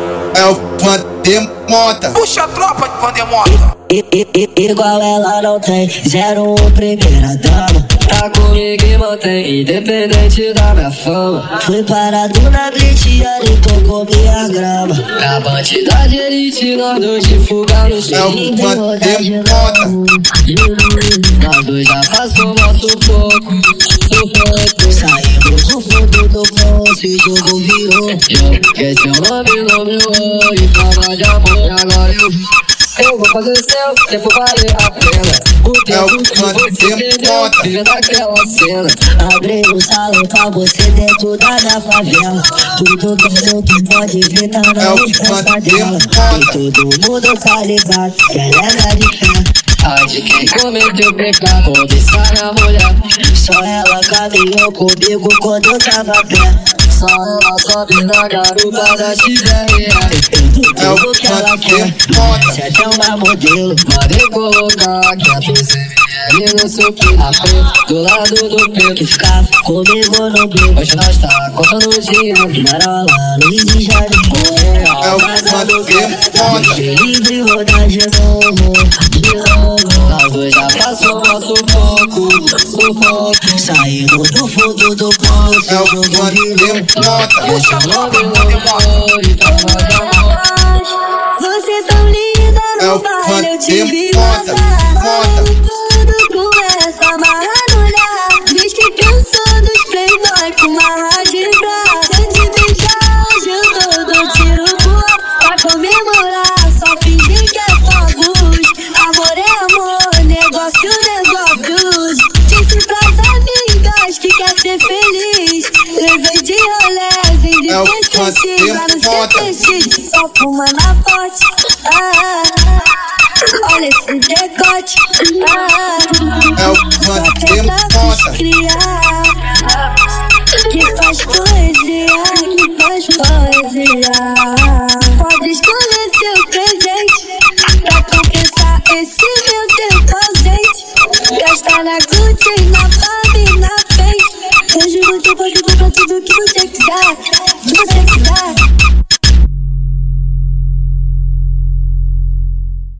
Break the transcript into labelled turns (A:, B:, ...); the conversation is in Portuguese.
A: é o Vandemota.
B: Puxa a tropa é de Vandemota.
C: I, i, i, igual ela não tem, zero um primeira dama.
D: Tá comigo e mantém, independente da minha fama.
C: Fui parado na blitz, ali tocou minha grama.
D: Na bandida de elite, nós dois de fuga no
A: É
D: chão.
A: o
C: Vou rodar de
A: Vandemota.
C: novo,
D: Nós dois já passou mal sufoco, sufoco.
C: saímos do fundo do poço e o jogo virou.
D: Eu, que é seu nome, não me olhe, tava de amor, e agora eu vi. Eu vou fazer o seu, tempo vale a pena. É O tempo que você perdeu,
A: Vandemota.
D: vive
C: tá
D: naquela cena.
C: Abri o salão pra você dentro da minha favela. Tudo que eu que pode ver tá
A: É
C: na
A: o
C: resposta
A: Vandemota.
C: dela. E todo mundo tá ligado que ela é de fé.
D: A de quem cometeu pecado, cobiçar na mulher.
C: Só ela caminhou comigo quando eu tava a pé.
D: Só ela sobe na garupa da XRR.
A: É o
C: Tudo que ela quer.
A: Vandemota.
C: Você é até uma modelo.
D: Mandei colocar que a PCL no seu peito, do lado do
C: Que
D: peito.
C: ficava comigo no grupo.
D: Hoje nós tá contando o dinheiro.
C: Marola, Luiz de Jardim.
A: É o Vandemota.
C: De livre rodar de novo. De novo.
D: Nós dois já passou nosso foco, sufoco.
C: Saímos do fundo do poço.
A: É o
C: do
A: Vandemota.
D: Deixa o nome no meu e tava de amor.
E: Você tão linda
A: É o
E: no baile, eu te vi
A: Vandemota,
E: passar
A: Vandemota.
E: Tudo com essa maradulha Diz que cansou dos playboy com marra de prata Se eu te beijar hoje eu dou, dou tiro pro ar Pra comemorar, só fingir que é fogos Amor é amor, negócio, negócios Disse pras amigas que quer ser feliz Levei de rolés em
A: É o
E: DCX, lá no
A: Vandemota.
E: CTX Chique, Só fuma na forte. Ah, olha esse decote. Ah,
A: É o
E: só tenta
A: Vandemota.
E: criar.